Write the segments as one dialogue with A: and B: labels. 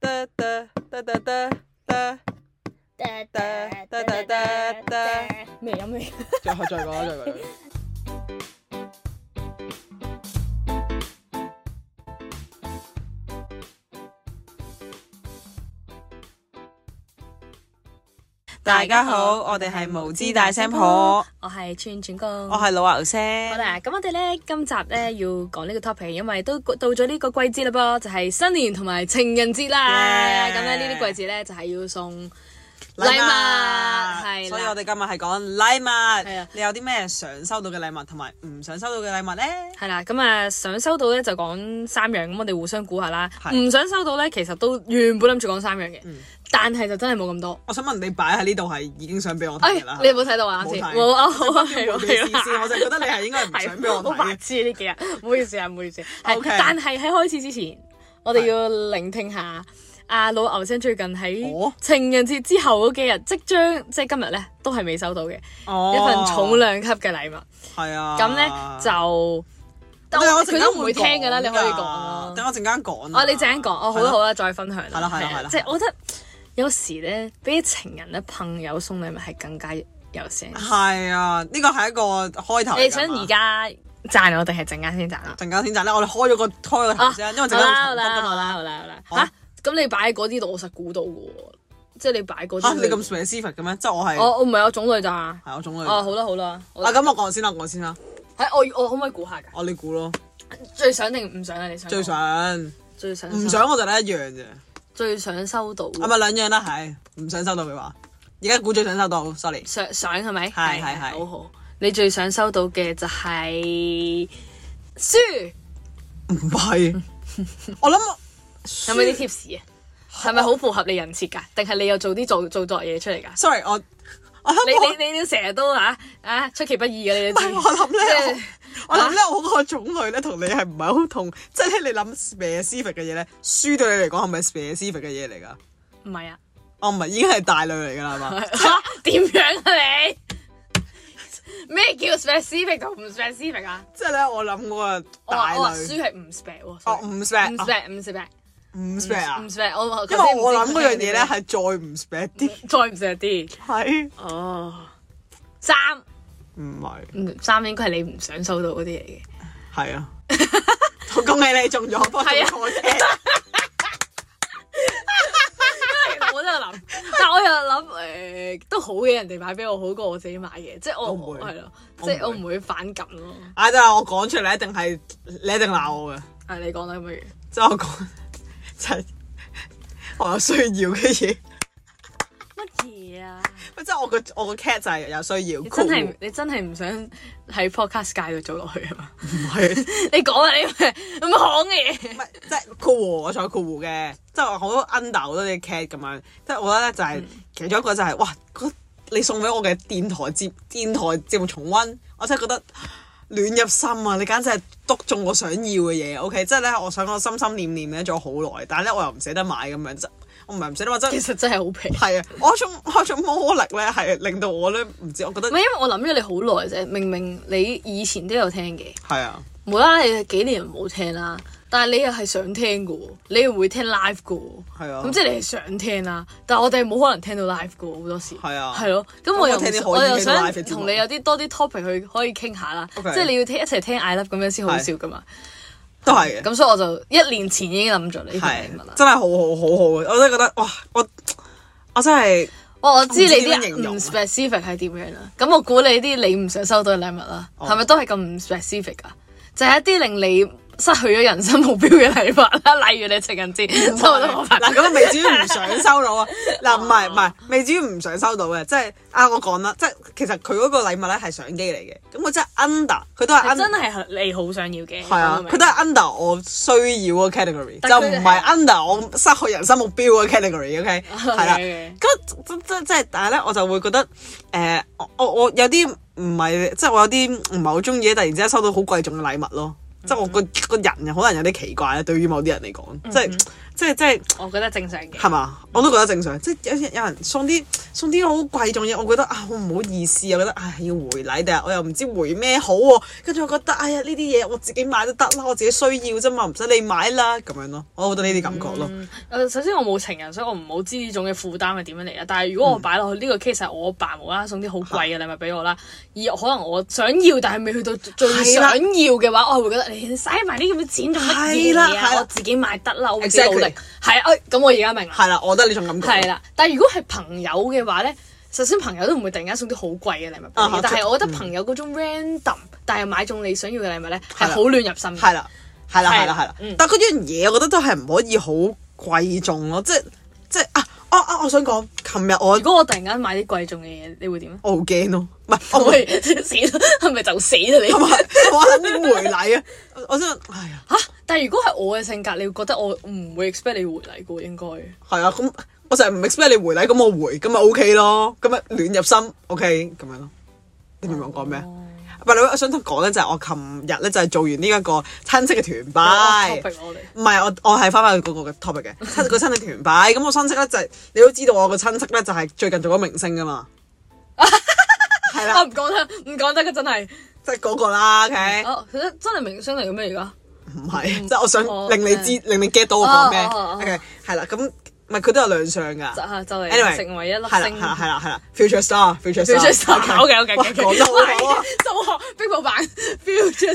A: 哒哒哒哒哒哒，哒
B: 哒
A: 哒哒哒哒
B: 未飲未？
A: 再再講啦，再講。大家好，我哋係無知大聲婆，
B: 我係串串工。
A: 我係老牛
B: 好
A: 聲。
B: 啦，咁我哋咧今集咧要講呢個 topic，因為都到咗呢個季節啦噃，就係、新年同埋情人節啦。
A: Yeah
B: 咁咧呢啲季節咧就係、要送
A: 禮
B: 禮物係啦
A: 所以我哋今日係講禮物。
B: 係啊
A: 你有啲咩想收到嘅禮物，同埋唔想收到嘅禮物呢？
B: 係啦，咁啊想收到咧就講三樣，咁我哋互相估下啦。
A: 係
B: 唔想收到咧，其實都原本諗住講三樣嘅，
A: 嗯
B: 但係就真係冇咁多。
A: 我想問你擺喺呢度係已經想俾我
B: 哎，
A: 睇㗎啦。
B: 你有冇睇到啊？啱先
A: 冇睇
B: 冇啊，好啊，係
A: 冇
B: 啊
A: 俾視
B: 係啊
A: 線，我就覺得你係應該唔想俾我
B: 好白
A: 睇。
B: 痴呢幾日， 唔好意思啊，唔好意思。係
A: OK
B: 但係喺開始之前，我哋要聆聽下阿老牛聲最近喺
A: 哦
B: 情人節之後嗰幾日，即將即係今日咧，都係未收到嘅一
A: 哦
B: 份重量級嘅禮物。
A: 係啊。
B: 咁咧就，但
A: 等
B: 我
A: 我陣
B: 佢
A: 間
B: 都唔會聽
A: 講
B: 㗎啦，你可以講
A: 㗎
B: 啊。
A: 等我陣間講啊。
B: 哦，你陣間講，哦，好啦好啦，再分享啦。
A: 係啦係啦
B: 係啊
A: 係啦
B: 即係我覺得有時咧，比起情人咧，朋友送禮物係更加有聲。
A: 係啊，呢個係一個開頭嚟㗎嘛。
B: 你想而家讚我定係陣間先讚啊？
A: 陣間先賺啦，哦我哋開咗個開個頭啊先，因為陣間
B: 好
A: 會重複
B: 啦啊好啦
A: 㗎
B: 好
A: 嘛。
B: 啦好啦好啦
A: 好
B: 嚇！咁你擺嗰啲度，我實估到嘅喎，即係你擺嗰
A: 嚇
B: 啲。
A: 啊你咁 specific 嘅咩？即係我係
B: 我我唔係我種類咋。啊
A: 係我種類。啊
B: 好啦好啦，我
A: 咁我講先啦，我講先啦，
B: 係我我可唔可以估下㗎？
A: 我你估咯，
B: 最想定唔想啊？你想講？
A: 最想
B: 最想
A: 唔
B: 收
A: 想我就得一樣啫，
B: 最想收到
A: 啊咪兩樣啦，係唔想收到佢話，而家估最想收到，sorry，
B: 想想係咪？
A: 係係係
B: 好好。你最想收到嘅就係書，
A: 唔係，我諗
B: 有冇啲 tips 啊？係咪好符合你人設㗎？定係你又做啲做做作嘢出嚟㗎？
A: ，sorry，我我諗我
B: 你你你你成日都啊啊出其不意嘅你都知啊
A: 唔係我諗咧
B: 即係
A: 我諗咧，我嗰個種類咧同你係唔係好同，即係咧你諗 specific 嘅嘢咧，書對你嚟講係咪 specific 嘅嘢嚟㗎？哦
B: 唔係啊？
A: 我唔係已經係大類嚟㗎啦，係 嘛？
B: 點樣啊你？咩叫 specific 同唔 specific 啊？
A: 即係咧，我諗嗰個
B: 我
A: 大
B: 話我話
A: 類，
B: 書係唔 spec 喎
A: 哦
B: sorry，
A: 唔
B: 唔
A: spec，
B: spec 唔 spec
A: 唔 spec 啊
B: 唔！spec 我
A: 因為我諗嗰樣嘢咧係再唔 spec 啲，
B: 再唔 spec 啲
A: 係
B: 哦衫
A: 唔係？
B: 嗯衫應該係你唔想收到嗰啲嚟 嘅。
A: 係 啊！好恭喜你中咗，不過中
B: 係啊
A: 錯嘅。
B: 我都有諗，但我又諗誒、都好嘅，人哋買俾我好過我自己買嘅，即係
A: 我
B: 我
A: 唔會
B: 係咯，
A: 我
B: 即
A: 唔
B: 係我
A: 會
B: 唔會反感咯。
A: 啊！但係我講出嚟一定係你一定鬧我嘅，
B: 啊，你講啦咁樣，
A: 即係我講就係我有需要嘅嘢。
B: 乜嘢啊？
A: 喂即係我個我個 cat 就係有需要，
B: 你真係
A: 酷
B: 你真係唔想喺 podcast 界度做落去啊嘛？
A: 唔係
B: 你講啊，你咁行嘅嘢
A: 唔係即係酷喎，我仲有酷喎嘅，即係我好多 under 好多啲 cat 咁樣，即係我覺得咧就係、
B: 嗯
A: 其中一個就係、哇，嗰你送俾我嘅電台節電台節目重温，我真係覺得暖入心啊！你簡直係篤中我想要嘅嘢，OK，即係咧我想我心心念念咧咗好耐，但係咧我又唔捨得買咁樣，即我唔係唔捨得買，真
B: 其
A: 係
B: 實真係好平。唔
A: 係啊！我一種我一種魔力咧係令到我咧唔知，我覺得
B: 係因為我諗咗你好耐啫，明明你以前都有聽嘅，
A: 係啊，
B: 無啦啦你幾年冇聽啦，但係你又係想聽嘅喎，你又會聽 live 嘅喎，
A: 係啊
B: 咁即係你係想聽啦，但係我哋冇可能聽到 live 嘅喎，好多時
A: 係啊
B: 係咯，咁
A: 我
B: 我又唔
A: 聽啲可以
B: 我又
A: 聽到
B: 想
A: live 嘅節目
B: 同你有啲多啲 topic 去可以傾下啦，即
A: OK
B: 係你要聽一齊聽 I love 咁樣先好
A: 係
B: 笑噶嘛，
A: 都係嘅。
B: 咁所以我就一年前已經諗咗呢份
A: 係啊
B: 禮物啦。
A: 真係好好好好嘅，我真係覺得哇！我我真係
B: 我我知你
A: 我唔知點樣形
B: 啲
A: 容
B: 唔
A: 啊
B: specific 係點樣啦，咁我估你啲你唔想收到嘅禮物啦，
A: 哦
B: 係咪都係咁唔 specific 啊？就係一啲令你失去咗人生目標嘅禮物啦， 例如你情人節 收到我份
A: 嗱咁啊未至於唔想收到啊！嗱唔
B: 哦
A: 係唔係，未至於唔想收到嘅，即係啊我講啦，即係其實佢嗰個禮物咧係相機嚟嘅，咁佢真係 under，佢都係
B: 係
A: under，
B: 真係你好想要嘅，
A: 係啊
B: 我，明
A: 佢都係 under 我需要嗰個 category，
B: 但佢啊
A: 就
B: 哋
A: 唔係 under 我失去人生目標嗰個 category，OK，
B: OK
A: 係啦。咁即即即係，但係咧我就會覺得誒、呃我我我有啲唔係，即係我有啲唔係好中意，突然之間
B: 嗯
A: 收到好貴重嘅禮物咯。即係我個個人可能有啲奇怪咧，對於某啲人嚟講，即係即即係即係
B: 我覺得正常嘅。
A: 係嘛？我都覺得正常，即係有有人送啲送啲好貴重嘢，我覺得啊好唔好意思啊，我覺得唉要回禮，但係我又唔知回咩好喎、跟住我覺得哎呀呢啲嘢我自己買都得啦，我自己需要啫嘛，唔使你買啦咁樣咯，我好多呢啲感覺咯。
B: 誒，呃首先我冇情人，所以我唔好知呢種嘅負擔係點樣嚟啦。啊但係如
A: 嗯
B: 果我擺落去呢個 case 係我爸無啦啦送啲好貴嘅禮物俾我啦，而可能我想要但係未去到最
A: 啊係
B: 想
A: 啦
B: 要嘅話，我會覺得你嘥埋啲咁嘅錢做乜
A: 係啦
B: 嘢
A: 係
B: 啊？
A: 啦
B: 我自己買得啦，我會自己努力
A: Exactly。
B: 係啊，哎咁我而家明啦。
A: 係啦，我覺得呢種感覺。
B: 係啦，但係如果係朋友嘅話咧，首先朋友都唔會突然間送啲好貴嘅禮物俾
A: 啊
B: 你
A: 哈，
B: 但係我覺得朋友嗰種 random，但係買中你想要嘅禮物咧，
A: 係
B: 係
A: 啦
B: 好亂入心嘅。
A: 係啦，係啦，係啦，
B: 係啦
A: 係啦
B: 嗯。
A: 但嗰樣嘢，我覺得都係唔可以好貴重咯，即係即係啊！我啊，我想講，琴日我
B: 如果我突然間買啲貴重嘅嘢，你會點啊？
A: 我好驚咯，唔係我
B: 我
A: 唔係
B: 會死啦，係咪就死啦你？
A: 我肯定回禮啊！我我真係哎呀，
B: 嚇！但係如果係我嘅性格，你會覺得我唔會 expect 你回禮嘅喎，應該。
A: 係啊，咁我成日唔 expect 你回禮，咁我回，咁咪 OK 咯，咁咪亂入心，OK 咁樣咯。你明唔明我講咩啊？
B: 哦
A: 唔係，我想講咧就係我琴日咧就係做完呢一個親戚嘅團拜。
B: 哦 topic 我哋。
A: 唔係，我我係翻返去嗰個嘅 topic 嘅， 親個親戚團拜。咁我親戚咧就係、你都知道我個親戚咧就係、最近做咗明星噶 嘛，係
B: 啊
A: 啦，
B: 唔講得，唔講得嘅真係。
A: 即係嗰個啦，OK，
B: 哦，佢真真係明星嚟嘅咩而家？
A: 唔係，即係我想
B: 哦
A: 令你知，令你 get 到我講咩
B: 哦哦哦
A: ，OK，係啦，咁唔係佢都有亮相㗎。
B: 就啊係就嚟
A: anyway，
B: 成為一粒
A: 係啦
B: 星。
A: 係啦係啦係啦，future star，future
B: Future Star，O K O K，
A: 哇講得好 好啊！
B: 數學壁報版 Future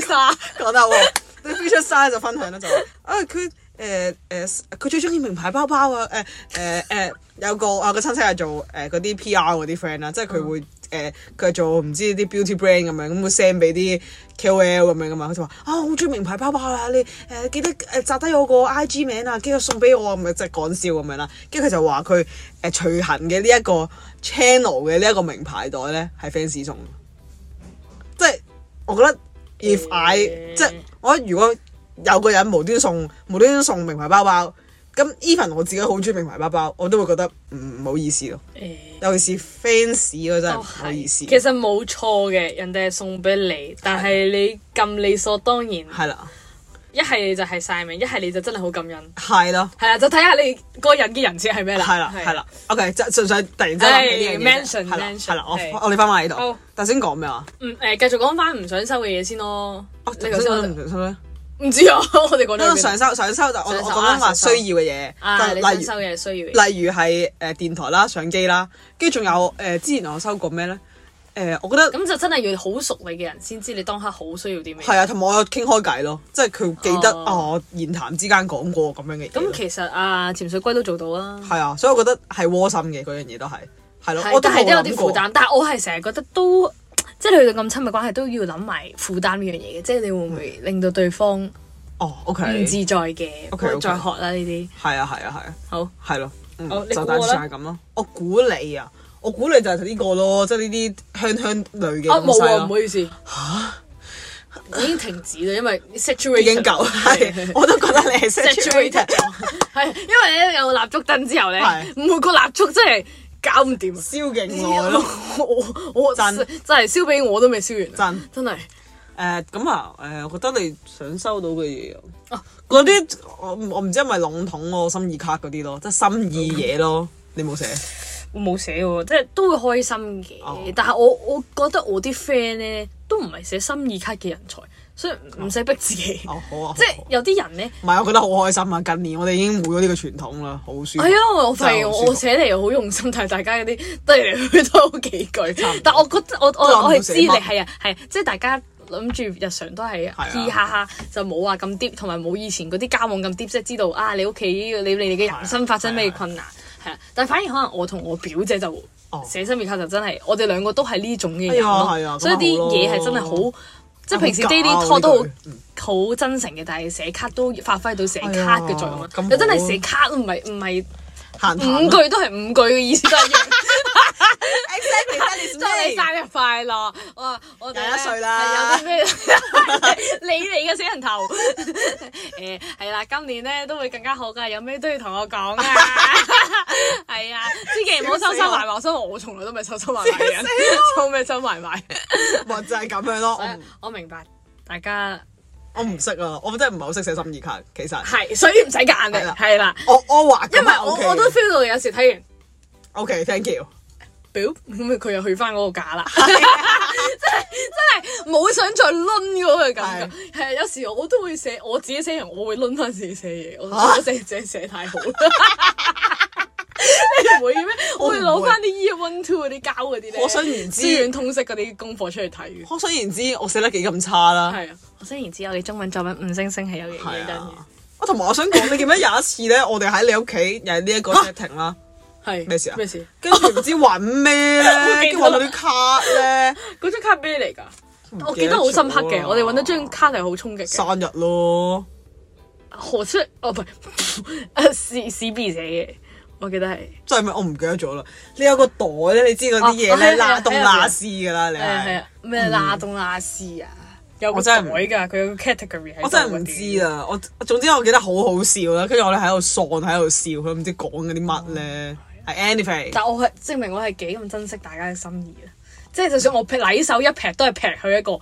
B: Star，
A: 講得好喎。你 future star 就分享啦，就話啊佢誒誒佢最中意名牌包包啊誒誒誒有個啊個親戚係做誒嗰啲 PR 嗰啲 friend 啦，即係佢會。誒佢係做唔知啲 beauty brand 咁樣，咁會 send 俾啲 KOL 咁樣噶嘛，佢就話啊好中意名牌包包啊，你誒、記得誒摘低我個 IG 名啊，記得送俾我，咪即係講笑咁樣啦。跟住佢就話佢誒隨行嘅呢一個 channel 嘅呢一個名牌袋咧係 fans 送嘅。即係我覺得 if I、
B: 嗯
A: 即係我覺得如果有個人無端送無端送名牌包包，咁 even 我自己好中意名牌包包，我都會覺得唔唔好意思咯。尤其是 fans 嗰真係唔好意思，
B: 哦其實冇錯嘅，人哋係送俾你，但係你咁理所當然，
A: 係啦，
B: 一係你就係晒命，一係你就真係好感恩。
A: 係咯，
B: 係啦，就睇下你個人嘅人設係咩啦。
A: 係啦，係啦。OK，即係純粹突然之間諗起呢樣嘢啫，
B: 唉，mention，
A: 係啦，
B: mention，
A: 係啦，我
B: 係
A: 我哋翻返嚟呢度
B: 好，
A: 頭先講咩話？
B: 嗯誒，繼續講翻唔想收嘅嘢先咯。
A: 哦，
B: 你
A: 頭
B: 頭
A: 先
B: 先
A: 我
B: 我
A: 唔想收咧，
B: 唔知啊，我哋講
A: 因
B: 咗
A: 為
B: 邊
A: 上
B: 啊
A: 收上收就我我
B: 上收
A: 講緊話
B: 啊
A: 需
B: 上收
A: 要嘅
B: 啊？你
A: 嘢，就
B: 想
A: 例如
B: 收。嘅嘢需要嘅。
A: 例如係誒、呃、電台啦、相機啦，跟住仲有誒、呃之前我收過咩咧？誒、呃我覺得
B: 咁就真係要好熟你嘅人先知你當刻好需要啲咩。
A: 係啊，同埋我有傾開偈咯，即係佢記得
B: 哦
A: 啊，我言談之間講過咁樣嘅嘢咯。
B: 咁其實啊，潛水龜都做到啊。
A: 係啊，所以我覺得係窩心嘅嗰樣嘢都係係咯，我
B: 係，
A: 都
B: 但係
A: 冇啊
B: 都有
A: 諗
B: 啲
A: 過
B: 負。擔。但係我係成日覺得都，即係你去到咁親密關係都要諗埋負擔呢樣嘢嘅，即係你會唔會令到對方唔
A: 哦，OK，係
B: 自在嘅？
A: OK，OK
B: 再學啦呢啲。
A: 啊，係啊，係啊，
B: 好，
A: 係咯，嗯
B: 哦好你
A: 就
B: 估
A: 大致
B: 我呢
A: 上係咁咯。我估你啊，我估你就係呢個咯，即係呢啲香香類嘅
B: 啊
A: 東
B: 冇
A: 西
B: 啊，唔
A: 咯
B: 好。意思。嚇！已經停止啦，因 為 situation
A: 已經夠，係我都覺得你係
B: saturated
A: saturated，
B: 咗，係因為咧有蠟燭燈之後咧
A: 係，
B: 每個蠟燭真係搞唔掂。啊
A: 燒勁我咯。
B: 我我
A: 真
B: 真真係燒俾我都未燒完啊，
A: 真
B: 真係
A: 誒咁啊誒，我覺得你想收到嘅嘢啊
B: 啊，
A: 嗰啲我唔我唔知係咪籠統咯，心意卡嗰啲咯，即係心意嘢
B: 哦
A: 咯，你冇寫
B: 我冇寫喎，即係都會開心嘅。
A: 哦
B: 但係我我覺得我啲 friend 咧都唔係寫心意卡嘅人才，所以唔使逼自己。
A: 哦，好啊，
B: 即係
A: 好啊
B: 有啲人咧，
A: 唔係我覺得好開心啊！近年我哋已經冇咗呢個傳統啦，好舒服。
B: 係啊，我我發現
A: 真係好
B: 我
A: 舒服
B: 我寫嚟好用心，但係大家嗰啲 都嚟嚟去去都好幾 句。但我覺得我我
A: 都諗唔到
B: 我係
A: 寫
B: 知你
A: 乜
B: 係啊係啊，即係大家。諗住日常都係
A: 啊
B: 嘻哈哈，就冇話咁 deep，同埋冇以前嗰啲交往咁 deep，即係知道啊你屋企你你哋嘅人生發生咩困難係啦。但係反而可能我同我表姐就
A: 啊哦
B: 寫心面卡就真係，我哋兩個都係呢種嘅
A: 哎呀
B: 人咯
A: 係啊咁
B: 所以啲
A: 咪好咯
B: 嘢係真係好，即係平時
A: 好假
B: daily
A: 啊
B: talk 都
A: 呢
B: 好
A: 句
B: 好真誠嘅，但係寫卡都發揮到寫
A: 哎呀
B: 卡嘅作用啊
A: 咁好啊
B: 又真係寫卡唔係唔係。
A: 閒談啊
B: 五句都係五句嘅意思都一樣，
A: Exactly, that is
B: 祝你
A: me
B: 生日快樂！我我哋
A: 廿一
B: 咧
A: 歲啦
B: 係有啲 咩？你哋嘅死人頭 誒係啦，今年咧都會更加好㗎，有咩都要同我講 啊！係啊，千祈唔好收收埋埋，我收我從來都唔係收收埋 埋嘅人，收咩收埋埋？
A: 咪就係咁樣咯。我唔
B: 我明白大家
A: 我唔識啊，我真係唔係好識寫心意卡，其實。
B: 係，所以唔使夾硬
A: 係
B: 嘅，
A: 啦
B: 係啦。
A: 我我畫咁
B: 因為
A: 係
B: 我
A: OK 嘅，
B: 我都 feel 到有時睇完，
A: OK，thank you。
B: 表咁佢又去翻嗰個價啦， 真係啊真係冇想再攆嗰個感覺。係有時我都會寫我自己寫完，我會攆翻自己寫嘢，我我寫寫寫太好啦。 你唔會咩？我會攞翻啲 Year One Two 嗰啲交嗰啲咧，
A: 可想而知
B: 資源通識嗰啲功課出去睇嘅。
A: 可想而知，我寫得幾咁差啦。
B: 係啊，我雖然知我哋中文作文五星星係有嘢
A: 係
B: 嘅，
A: 啊。我同埋我想講，你記唔記得有一次咧，我哋喺你屋企又係呢一個 setting 啦，
B: 係
A: 咩事啊
B: 咩事？
A: 跟住唔知揾咩咧，跟住揾到啲卡咧，
B: 嗰張卡咩嚟㗎？我記
A: 記
B: 得
A: 得
B: 好深刻
A: 咗
B: 嘅，
A: 啊
B: 我哋揾到張卡係好衝擊嘅。
A: 生日咯，
B: 何出？哦，唔 係，誒史史 B 寫嘅，我記得係，
A: 真係咩？我唔記得咗啦。你有個袋咧，你知嗰啲嘢
B: 哦係啊
A: 咧，拉東
B: 係啊
A: 拉絲噶啦，你
B: 係啊
A: 係。
B: 係
A: 嗯
B: 啊，咩拉東拉絲啊，有個
A: 我
B: 袋
A: 真係唔
B: 㗎，佢有個 category 喺度
A: 我真係唔
B: 嗰啲
A: 知啊！我總之我記得好好笑啦，跟住我哋喺度喪喺度笑，佢唔知講緊啲乜
B: 哦
A: 咧。係 anyway，
B: 但我係證明我係幾咁珍惜大家嘅心意啊！即係就算我劈禮手一劈，都係劈去一個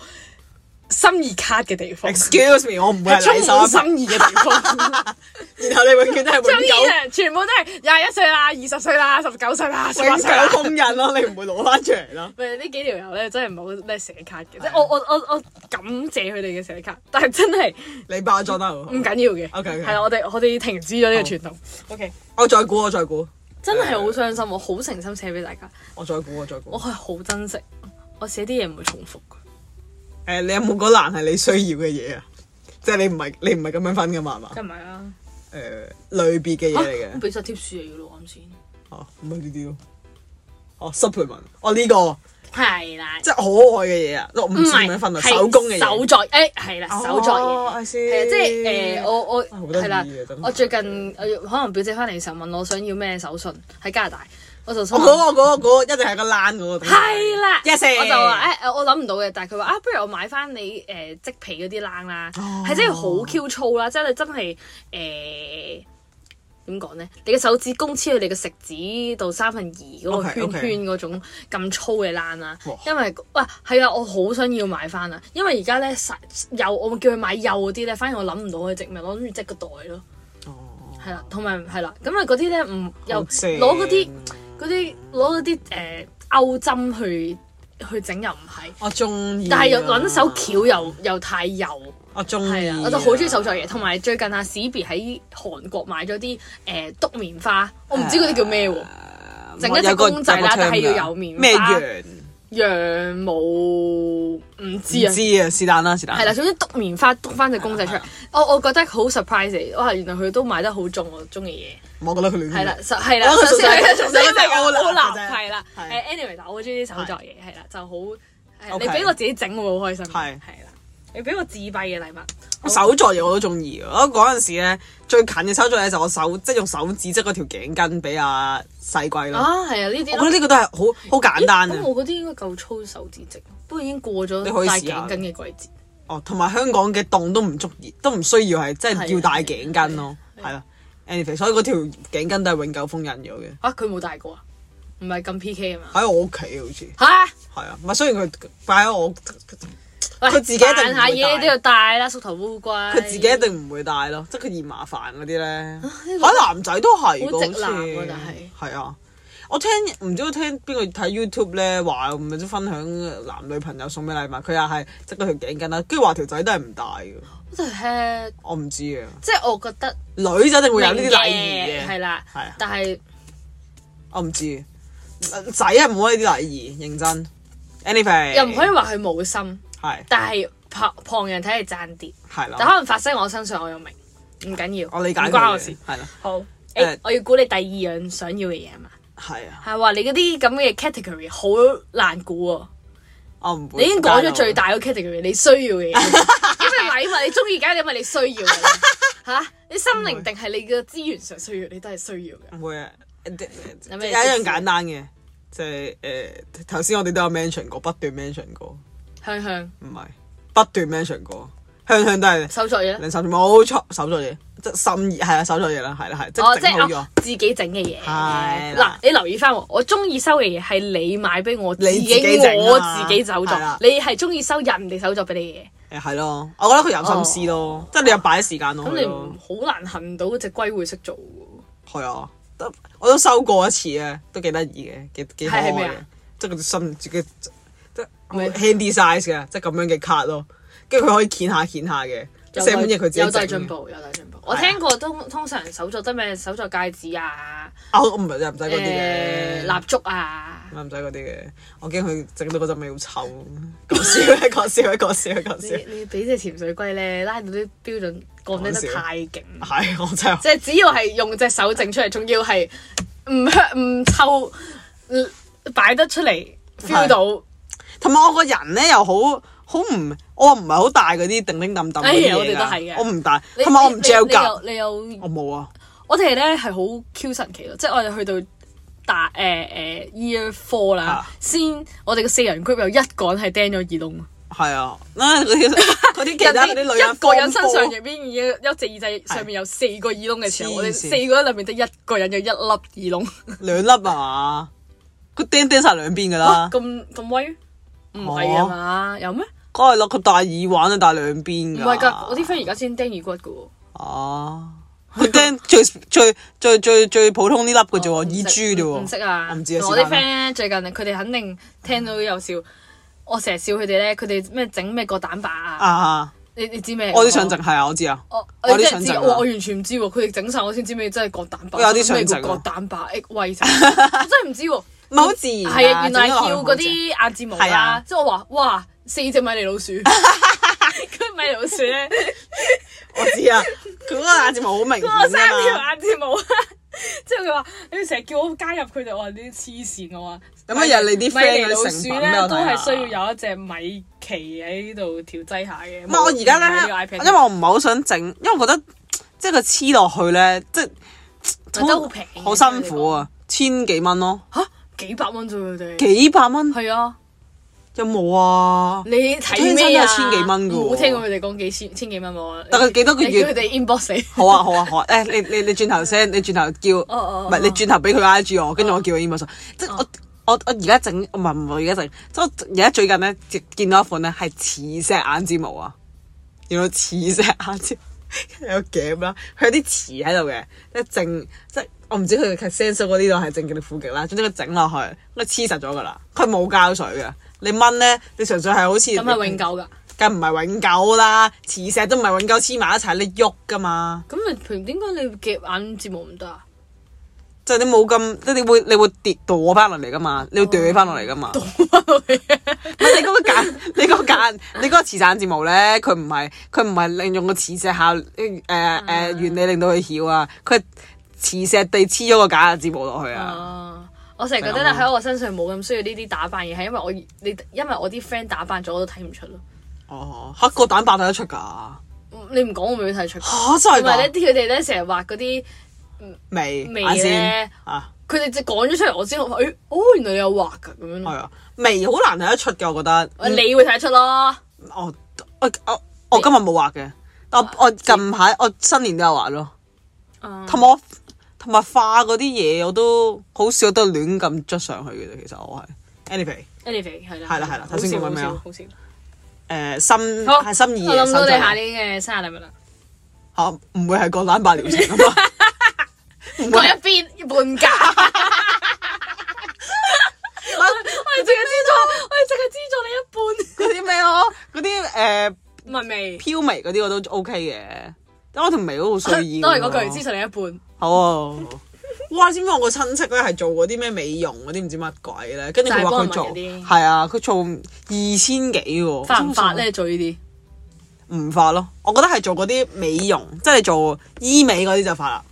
B: 心意卡嘅地方，
A: Excuse me，我唔會係禮
B: 係充滿
A: 手，
B: 心意嘅地方。
A: 然後你永遠都係
B: 中
A: 永
B: 意
A: 久
B: 啊！全部都係廿一歲啦、二十歲啦、十九歲啦、十八
A: 永
B: 歲啦
A: 久。封印咯，你唔會攞翻出嚟咯。
B: 喂，呢幾條友咧真係唔好咩寫卡嘅，即係我我我我感謝佢哋嘅寫卡，但係真係
A: 你包裝得好好
B: 唔緊要嘅。
A: OK，OK
B: 係啊啦，我哋我哋停止咗呢個傳統。OK，
A: 我再估，我再估，
B: 真係好傷心，我好誠心寫俾大家，
A: 我再估，我再
B: 我
A: 估。
B: 係好珍惜，我寫啲嘢唔會重複嘅。
A: 誒，你有冇嗰欄係你需要嘅嘢啊？即係你唔係你唔係咁樣分噶嘛？係嘛？
B: 梗唔係啊啦，
A: 誒類別嘅嘢嚟
B: 我
A: 嘅，
B: 啊俾晒貼士你嘅咯，啱先。
A: 哦唔係呢啲咯，哦 supplement，哦呢個
B: 係啦，
A: 即係可愛嘅嘢啊，我唔
B: 唔
A: 知點
B: 係
A: 樣分類，
B: 係
A: 手工嘅
B: 手
A: 嘢，哦
B: 作，誒係啦，手作嘢。
A: 嘢，
B: 係啊，
A: 即
B: 即係誒、我我
A: 啊好得意嘅
B: 係啦
A: 真係，
B: 我最近我可能表姐翻嚟嘅時候問我想要咩手信喺加拿大，我就
A: 我
B: 想
A: 哦嗰個嗰個嗰個一定係個欄嗰個，
B: 係啦
A: Yes
B: 我就話哎誒、誒我諗唔到嘅，但係佢話啊，不如我買翻你誒、織皮嗰啲冷啦，
A: 哦
B: 係、真係好 Q 粗啦，即係你真係誒點講咧？你嘅手指公黐去你嘅食指到三分二嗰個
A: OK，
B: 圈
A: OK
B: 圈嗰種咁粗嘅冷啦
A: 哇，
B: 因為哇係啊，我好想要買翻啊，因為而家咧實幼我叫佢買幼嗰啲咧，反而我諗唔到佢植物，我諗住織個袋咯。
A: 哦
B: 係啦，同埋係啦，咁啊嗰啲咧唔又
A: 好正
B: 攞嗰啲嗰啲攞嗰啲誒鈎針去去整又唔係，
A: 我中意啊，
B: 但係又揾手巧又又太幼，
A: 我中意
B: 係
A: 啊
B: 啊，，我就好中意手作嘢，同埋最近啊史 B 喺韓國買咗啲誒篤棉花，我唔知嗰啲叫咩
A: 啊
B: 喎，整一隻
A: 嗯有個
B: 公仔啦
A: 有個 term
B: 但係要
A: 㗎
B: 有棉花
A: 咩羊？
B: 羊毛唔知
A: 唔
B: 啊。
A: 知啊，是但啦，是但。
B: 係啦，總之篤棉花篤翻隻公仔出嚟，我我覺得好 surprise 嚟，哇！原來佢都買得好中我中嘅嘢。
A: 我覺得佢亂。
B: 係啦，，實係
A: 嗯
B: 啦，
A: 我覺得
B: 首
A: 佢
B: 先係
A: 純
B: 純
A: 粹
B: 粹
A: 係
B: 因為
A: 歐
B: 歐
A: 男
B: 男
A: 嘅啫
B: 係啦，誒
A: 係
B: anyway 嗱，我中意手作嘢係啦，就好誒
A: OK
B: 你俾我自己整我會好開心嘅，
A: 係
B: 係啦，你俾我自閉嘅禮物，好
A: 手作嘢我都中意嘅。我嗰陣時咧最近嘅手作嘢就我手即係用手指織嗰條頸巾俾阿細貴咯。
B: 啊係啊呢啲
A: 嗯我覺得
B: 咯，
A: 呢個都係好好簡單啊
B: 咁
A: 嘅。
B: 我嗰啲應該夠粗手指整，不過已經過咗
A: 你可以
B: 戴
A: 試下
B: 頸巾嘅季節。
A: 哦，同埋香港嘅凍都唔足以，都唔需要係即
B: 係啊
A: 係要戴頸巾咯，係啦。anyway，所以嗰條頸巾都係永久封印咗嘅。
B: 啊佢冇戴過啊，唔係咁 P K 啊嘛
A: 喺我屋企
B: 嚇，
A: 好似係啊，唔係雖然佢擺喺我，
B: 喂
A: 佢自己一定唔會戴
B: 扮下嘢都要戴啦，縮頭烏龜，
A: 佢自己一定唔會戴咯，即係佢嫌麻煩嗰啲咧。嚇男仔都係㗎
B: 啊好直男
A: 好似
B: 喎但
A: 係啊。我聽唔知我聽邊個睇 YouTube 咧話，唔係分享男女朋友送咩禮物，佢又係即嗰條頸巾啦，跟住話條仔都係唔戴嘅，
B: What the heck？
A: 我唔知啊。
B: 即係我覺得
A: 女仔一定會有呢啲禮
B: 明
A: 儀
B: 係
A: 嘅，
B: 啦
A: 係啊，
B: 但係。
A: 我唔知。仔係冇呢啲禮儀，認真。anyway，
B: 又唔可以話佢冇心，
A: 係
B: 但係旁旁人睇係爭啲，
A: 係
B: 但
A: 啦，
B: 可能發生我身上我又明，唔緊要，
A: 哦我理解佢
B: 唔關我
A: 嘅
B: 事。
A: 係啦，
B: 好，誒、
A: 誒
B: 我要估你第二樣想要嘅嘢啊嘛，
A: 係啊，
B: 係話你嗰啲咁嘅 category 好難估喎，
A: 我唔會
B: 你已經講咗最
A: 介
B: 大嗰 category 你需要 嘅嘢，因為禮物你中意，梗係因為你需要嘅啦。 嚇！你心靈定係你嘅資源上需要，你都係需要嘅。
A: 意，唔會啊。有
B: 有
A: 一
B: 咩
A: 樣
B: 提示
A: 簡單嘅，就係誒頭先我哋都有 mention 過，不斷 mention 過。
B: 向向
A: 唔係不斷 mention 過，香香都係
B: 手作嘢呢，
A: 零手做冇錯，手作嘢即係心意係啊，手作嘢啦，係啦係，即
B: 哦，
A: 係
B: 即
A: 整好
B: 係
A: 咗
B: 我。自己整嘅嘢。
A: 係
B: 嗱
A: 啦，
B: 你留意翻喎，我中意收嘅嘢係你買俾我，自
A: 你自己整啊
B: 我自己手作
A: 係啦。
B: 你係中意收人哋手作俾你嘅嘢，
A: 誒係咯，我覺得佢有心思咯，即係你又擺時間落
B: 哦咁
A: 去
B: 你
A: 咯
B: 唔。好難恨到只龜會識做喎。
A: 係啊，得我都收過一次啊，都幾得意嘅，幾幾可愛
B: 係係咩
A: 嘅
B: 啊，
A: 即係佢心自己即係
B: 咩
A: handy size 嘅，即係咁樣嘅卡咯，跟住佢可以掀下掀下嘅，即係寫本嘢佢自己
B: 有待
A: 整
B: 進
A: 嘅。啊
B: 步，有待進步。我聽過通通常手作得咩手作戒指啊，
A: 啊，我唔係又唔使嗰啲
B: 誒
A: 嘅，
B: 蠟燭啊，
A: 唔使嗰啲嘅，我驚佢整到嗰陣味好臭。講笑咧， 講笑咧，講笑咧，講笑
B: 你。你俾只潛水龜咧拉到啲標準
A: 講
B: 降低得
A: 笑
B: 太勁，
A: 係，我真係
B: 即係只要係用隻手整出嚟，仲要係唔香唔臭，嗯擺得出嚟 feel 到。
A: 同埋我個人咧又好好唔，我唔係好大嗰啲叮叮揼揼嗰
B: 哎
A: 啲
B: 呀
A: 嘢
B: 我哋都係
A: 㗎
B: 嘅
A: 我唔大，
B: 你
A: 同埋我
B: 你
A: 唔嚼
B: 你
A: 夾，
B: 有你有
A: 我冇啊。
B: 我哋咧係好 Q 神奇咯，即係我哋去到大誒誒、呃 year four 啦
A: 啊，
B: 先我哋嘅四人 group 有一個人係釘咗耳窿，
A: 係啊，啊嗰 啲嗰啲其他嗰啲
B: 人
A: 女
B: 哋
A: 人
B: 一個
A: 放
B: 人身
A: 波
B: 上入邊已經有隻耳仔上面有四個耳窿嘅時候，
A: 黐線
B: 我哋四個人裏面得一個人有一粒耳窿，
A: 兩粒係嘛？佢釘釘晒兩邊噶啦，
B: 咁咁威？唔係啊
A: 哦
B: 嘛，有咩？
A: 梗係啦，佢戴耳環啊，戴兩邊
B: 唔
A: 㗎。
B: 係㗎，我啲 friend 而家先釘耳骨㗎喎。
A: 哦，佢釘最最最最最普通呢粒嘅啫喎，
B: 我
A: 耳
B: 哦唔識
A: 珠啫喎。
B: 唔識啊！
A: 我唔知啊。
B: 我
A: 是
B: 啲
A: 但
B: friend
A: 啦
B: 咧最近佢哋肯定聽到有笑，我成日笑佢哋咧，佢哋咩整咩個蛋白啊？
A: 啊，
B: 你你知咩？
A: 我啲上陣係啊，我知啊。
B: 我
A: 我啲
B: 我真
A: 上
B: 係知，
A: 陣啊
B: 我我完全唔知喎，佢哋整晒我先知咩真係割蛋白，
A: 我有啲上
B: 咩叫
A: 陣啊
B: 割蛋白益胃散， 我真係唔知喎。
A: 唔係好自然㗎
B: 係啊，原來係
A: 整咗
B: 叫
A: 落
B: 嗰
A: 去
B: 啲眼睫毛
A: 係
B: 啦
A: 啊，
B: 即係我話哇四隻米尼老 鼠，佢米尼老鼠咧，
A: 我知啊，佢嗰個眼睫毛好明顯
B: 嗰個三
A: 㗎
B: 條
A: 啊嘛。
B: 眼睫 毛。之後佢話：你成日叫我加入佢哋，我話你啲黐線，我話
A: 啊有乜嘢你啲 friend 嗰
B: 米尼老
A: 啲成
B: 鼠
A: 品
B: 咧
A: 俾我
B: 都
A: 睇下
B: 啊係需要有一隻米奇喺呢度調劑下嘅。
A: 唔係我而家咧，因為我唔係好想整，因為我覺得即係佢黐落去咧，即係
B: 真係好平嘅
A: 好辛苦啊，千幾蚊咯，
B: 嚇幾百蚊啫喎，佢哋
A: 幾百蚊
B: 係啊。
A: 有冇啊？
B: 你睇咩
A: 聽
B: 啊？
A: 親都係千幾蚊㗎喎
B: 冇聽過佢哋講幾千千幾蚊喎。
A: 但佢幾多個月
B: 你叫佢 哋 inbox 你。
A: 好啊好啊好啊！誒你你你轉頭先，你轉頭叫，
B: 哦哦
A: 唔係你轉頭俾佢 I G 我，跟住我叫佢 email 即係我我我而家整，唔係唔係我而家整，即係我而家最近咧見到一款咧係磁石眼睫毛啊，見到磁石眼睫毛有夾啦，佢有啲磁喺度嘅，即係正即係我唔知佢係 sense 嗰啲度係正極定負極啦，總之佢整落去，佢黐實咗㗎啦，佢冇膠水嘅，你掹咧你純粹係好似
B: 咁係永久㗎。
A: 梗唔係永久啦，磁石都唔係永久黐埋一齊，你喐㗎嘛。
B: 咁你平點解你夾眼睫毛唔得啊？
A: 就你冇咁，即係你會你會跌倒翻落嚟噶嘛，你會掉翻落嚟噶嘛。
B: 哦
A: 唔係你嗰個揀， 你嗰個揀，你嗰個磁散睫毛咧，佢唔係佢唔係利用個磁石效誒
B: 嗯
A: 誒原理令到佢翹啊，佢係磁石地黐咗個假眼睫毛落去啊。
B: 啊！我成日覺得咧喺我身上冇咁需要呢啲打扮嘢，係因為我你因為我啲 friend 打扮咗我都睇唔出咯。嗯
A: 哦，黑個蛋白睇得出㗎，
B: 你唔講我咪會睇出。
A: 嚇真係
B: 同埋咧，
A: 㗎，
B: 啲佢哋咧成日畫嗰啲，
A: 眉
B: 眉
A: 眼線
B: 咧
A: 啊，
B: 佢哋就講咗出嚟，我先話，誒，哦，原來你有畫㗎咁樣
A: 係
B: 咯。
A: 啊，眉好難睇得出㗎，我覺得。嗯
B: 你會睇得出咯。
A: 我我我我今日冇畫嘅，但我我近排我新年都有畫咯。
B: 啊
A: 同埋我同埋化嗰啲嘢我都好少都亂咁捽上去嘅啫。其實我係 anyway
B: anyway 係啦，
A: 係啦係啦頭先講緊咩啊
B: 好笑。
A: 誒心
B: 好，
A: 係心意
B: 我
A: 嘅
B: 諗
A: 心啊
B: 到你下
A: 態
B: 年嘅生日禮物啦，
A: 嚇，唔會係個蛋白療程啊 嘛，唔啊
B: 各
A: 會
B: 一邊半 價。我哋淨係資助，我哋淨係資助
A: 嗰啲咩咯，嗰啲誒
B: 你一半，唔係未？
A: 飄眉嗰啲我都 OK 嘅，因為我條眉都好
B: 都
A: 隨意。
B: 係嗰句，資助你一半。
A: 好啊。 好啊哇！你知唔知我個親戚咧係做嗰啲咩美容嗰啲唔知乜鬼咧，跟住佢話佢做
B: 就係幫人紋嗰啲
A: 係啊，佢做二千幾喎，
B: 發唔發
A: 咧？
B: 咧？做呢啲
A: 唔發咯，我覺得係做嗰啲美容，即係做醫美嗰啲就發啦。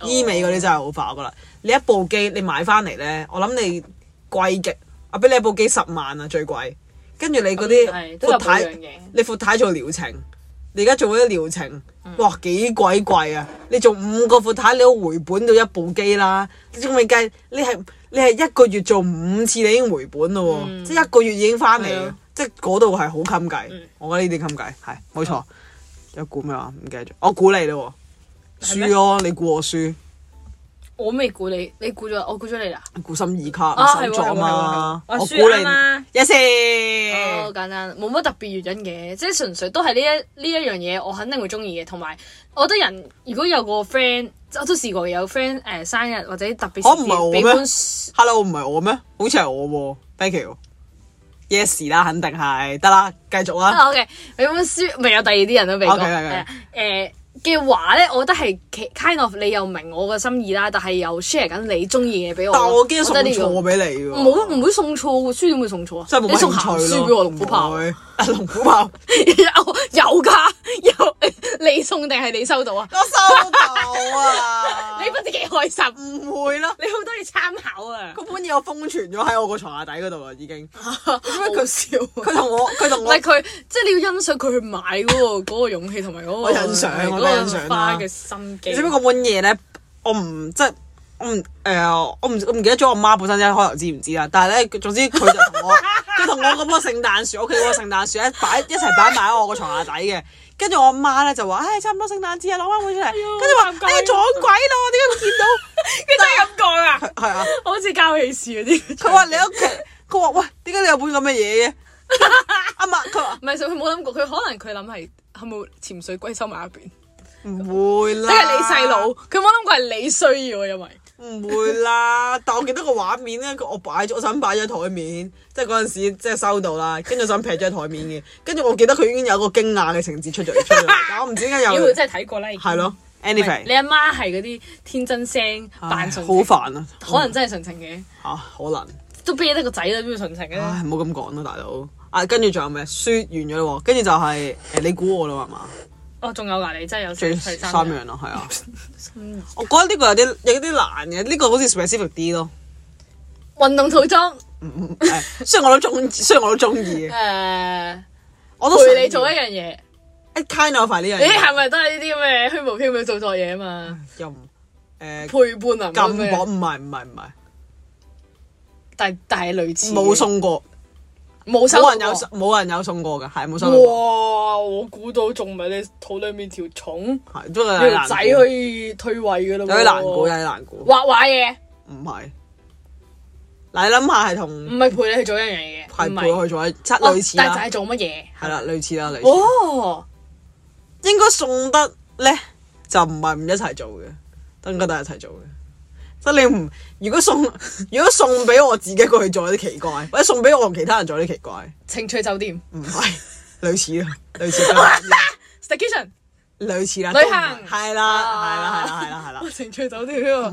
B: 哦
A: 醫美嗰啲真係好發，我覺得。你一部機你買翻嚟咧，我諗你貴極，我俾你一部機十萬啊最貴。跟住你嗰啲
B: 哦係都
A: 闊
B: 有保養
A: 太，
B: 嘅。
A: 你闊太做療程，你而家做嗰啲療程，
B: 嗯
A: 哇幾鬼貴啊！你做五個闊太，你都回本到一部機啦。你仲未計，你係你係一個月做五次，你已經回本咯喎，即係一個月已經翻嚟
B: 嗯係
A: 嘅
B: 啊，嗯
A: 即係嗰度係好襟計。我覺得呢啲襟計係冇錯。有估咩話？唔記得咗，我估你啦喎，
B: 咩
A: 輸咯，你估我輸。
B: 我未估你，你估咗，我估咗你啦。
A: 顧心意卡
B: 啊
A: 我手咗啊嘛，
B: 係喎係喎係喎係喎我
A: 我估
B: 輸啱啦
A: 你一事。
B: 哦，
A: 嗯
B: 好簡單，冇乜特別原因嘅，即係純粹都係呢一呢一樣嘢，我肯定會中意嘅。同埋，我覺得人如果有個 friend，我都試過有 friend 誒、生日或者特別
A: 嚇
B: 節
A: 唔係我
B: 俾
A: 咩
B: 本書
A: Hello，唔係我咩？好似係我喎，thank you。Yes 啦，肯定係得啦，繼續啦。
B: 啊，OK，俾本書咪有第二啲人都俾過
A: OK，OK，OK
B: 係啊誒嘅話咧，我覺得係其 kind of 你又明我嘅心意啦，但係又 share 緊你中意嘅嘢俾我。
A: 但我驚送
B: 覺得呢個
A: 錯俾你喎，
B: 唔好唔會送錯喎，書點會送錯啊？
A: 真係冇
B: 你
A: 乜
B: 送
A: 興趣
B: 鹹
A: 咯。
B: 書俾我龍虎豹
A: 唔。會啊 龍虎豹，我
B: 有有噶， 有你送定係你收到啊？
A: 收到 啊！
B: 你不知幾開心，你
A: 你唔會啦，
B: 好多嘢參考啊！
A: 嗰本嘢我封存咗喺我個床下底嗰度啦，已經。
B: 好笑啊！
A: 佢同我，佢同
B: 唔
A: 我
B: 係佢，即係你要欣賞佢去買嗰 個嗰個勇氣同埋嗰個
A: 我欣賞啊我
B: 嗰
A: 都
B: 個
A: 欣賞啦
B: 花嘅心機。
A: 你知唔知嗰本嘢咧？我唔即係我唔誒、我唔我唔記得咗我媽本身一開頭知唔知啦。但係咧，佢總之佢就 同我，佢同我咁個聖誕樹，屋企嗰個聖誕樹咧擺一齊擺埋喺我個床下底嘅。跟住我媽咧就話：，唉、差唔多聖誕節啊，攞翻 本出嚟。
B: 好
A: 跟
B: 尷
A: 住話：，
B: 尬
A: 哎呀，撞鬼啦！我點解會見到？
B: 佢真係咁講啊！
A: 係 啊，
B: 好似交喜事嗰啲。
A: 佢話你屋企，佢話喂，點解你有本咁嘅嘢嘅？阿媽佢話
B: 唔係，佢冇諗過，佢可能佢諗係係冇潛水龜收埋一邊，
A: 唔會
B: 即
A: 啦，
B: 係你細佬，佢冇諗過係你需要啊，因為。
A: 唔會啦， 但我記得個畫面咧，我擺咗，我想擺咗喺台面，即係嗰陣時即係收到啦，跟住想劈咗喺台面嘅，跟住我記得佢已經有個驚訝嘅情節出咗出咗嚟， 但我唔知點解
B: 妖，
A: 有
B: 佢，真係睇過啦，已經
A: 係咯
B: 唔係你
A: ，anyway，
B: 阿媽係嗰啲天真聲
A: 唉
B: 扮純
A: 好
B: 情，
A: 煩啊，
B: 可能真係純情嘅，
A: 嚇可能，
B: 都啤得個仔啦，邊會純情咧？
A: 唉唔好咁講啦，大佬，啊跟住仲有咩？書完咗啦喎，跟住就係誒你估我啦係嘛？
B: 哦，仲有㗎，你真係有
A: 最
B: 最
A: 三
B: 三樣。
A: 樣咯，係啊，我覺得呢個有啲有啲難嘅，呢個好似 specific 啲咯，
B: 運動套 裝，
A: 誒雖然我都中，雖然我都中意嘅，
B: 誒
A: 我都
B: 陪
A: 想
B: 你
A: 要
B: 做一樣嘢，
A: kind of 係呢樣
B: 你
A: 嘢。
B: 係咪都係呢啲咩虛無縹緲做作嘢啊嘛？
A: 又唔 誒
B: 陪伴啊，
A: 咁
B: 唔係
A: 薄，
B: 咩
A: 唔係唔係唔係，
B: 但但係類似嘅
A: 冇，送過，
B: 冇收
A: 冇
B: 過
A: 人有冇人有送過嘅，係冇收到過，
B: 哇！我估到仲唔係你肚裡面條蟲，
A: 係都係
B: 你
A: 有
B: 條
A: 啲
B: 仔
A: 難估，
B: 可以退位㗎啦喎，
A: 有啲難估，有啲難估，
B: 畫畫嘢，
A: 唔係。嗱，你諗下係
B: 唔
A: 同
B: 係陪你去做一樣嘢嘅，唔
A: 係
B: 係
A: 陪佢做一七
B: 哦
A: 類似
B: 但就
A: 啦，
B: 係做乜嘢？
A: 係啦，類似啦，類似。
B: 哦，
A: 應該送得咧就唔係唔一齊做嘅，都應該都係一齊做嘅。即係你唔如果送 如果送俾我自己過去做有啲奇怪，或者送俾我同其他人做有啲奇怪，
B: 情趣酒店
A: 唔係類似啦，類似啦。
B: ，staycation，
A: 類似啦，
B: 旅行
A: 係啦，係啦，係
B: 啊
A: 啦，係啦，係 啦。
B: 情趣酒店喎，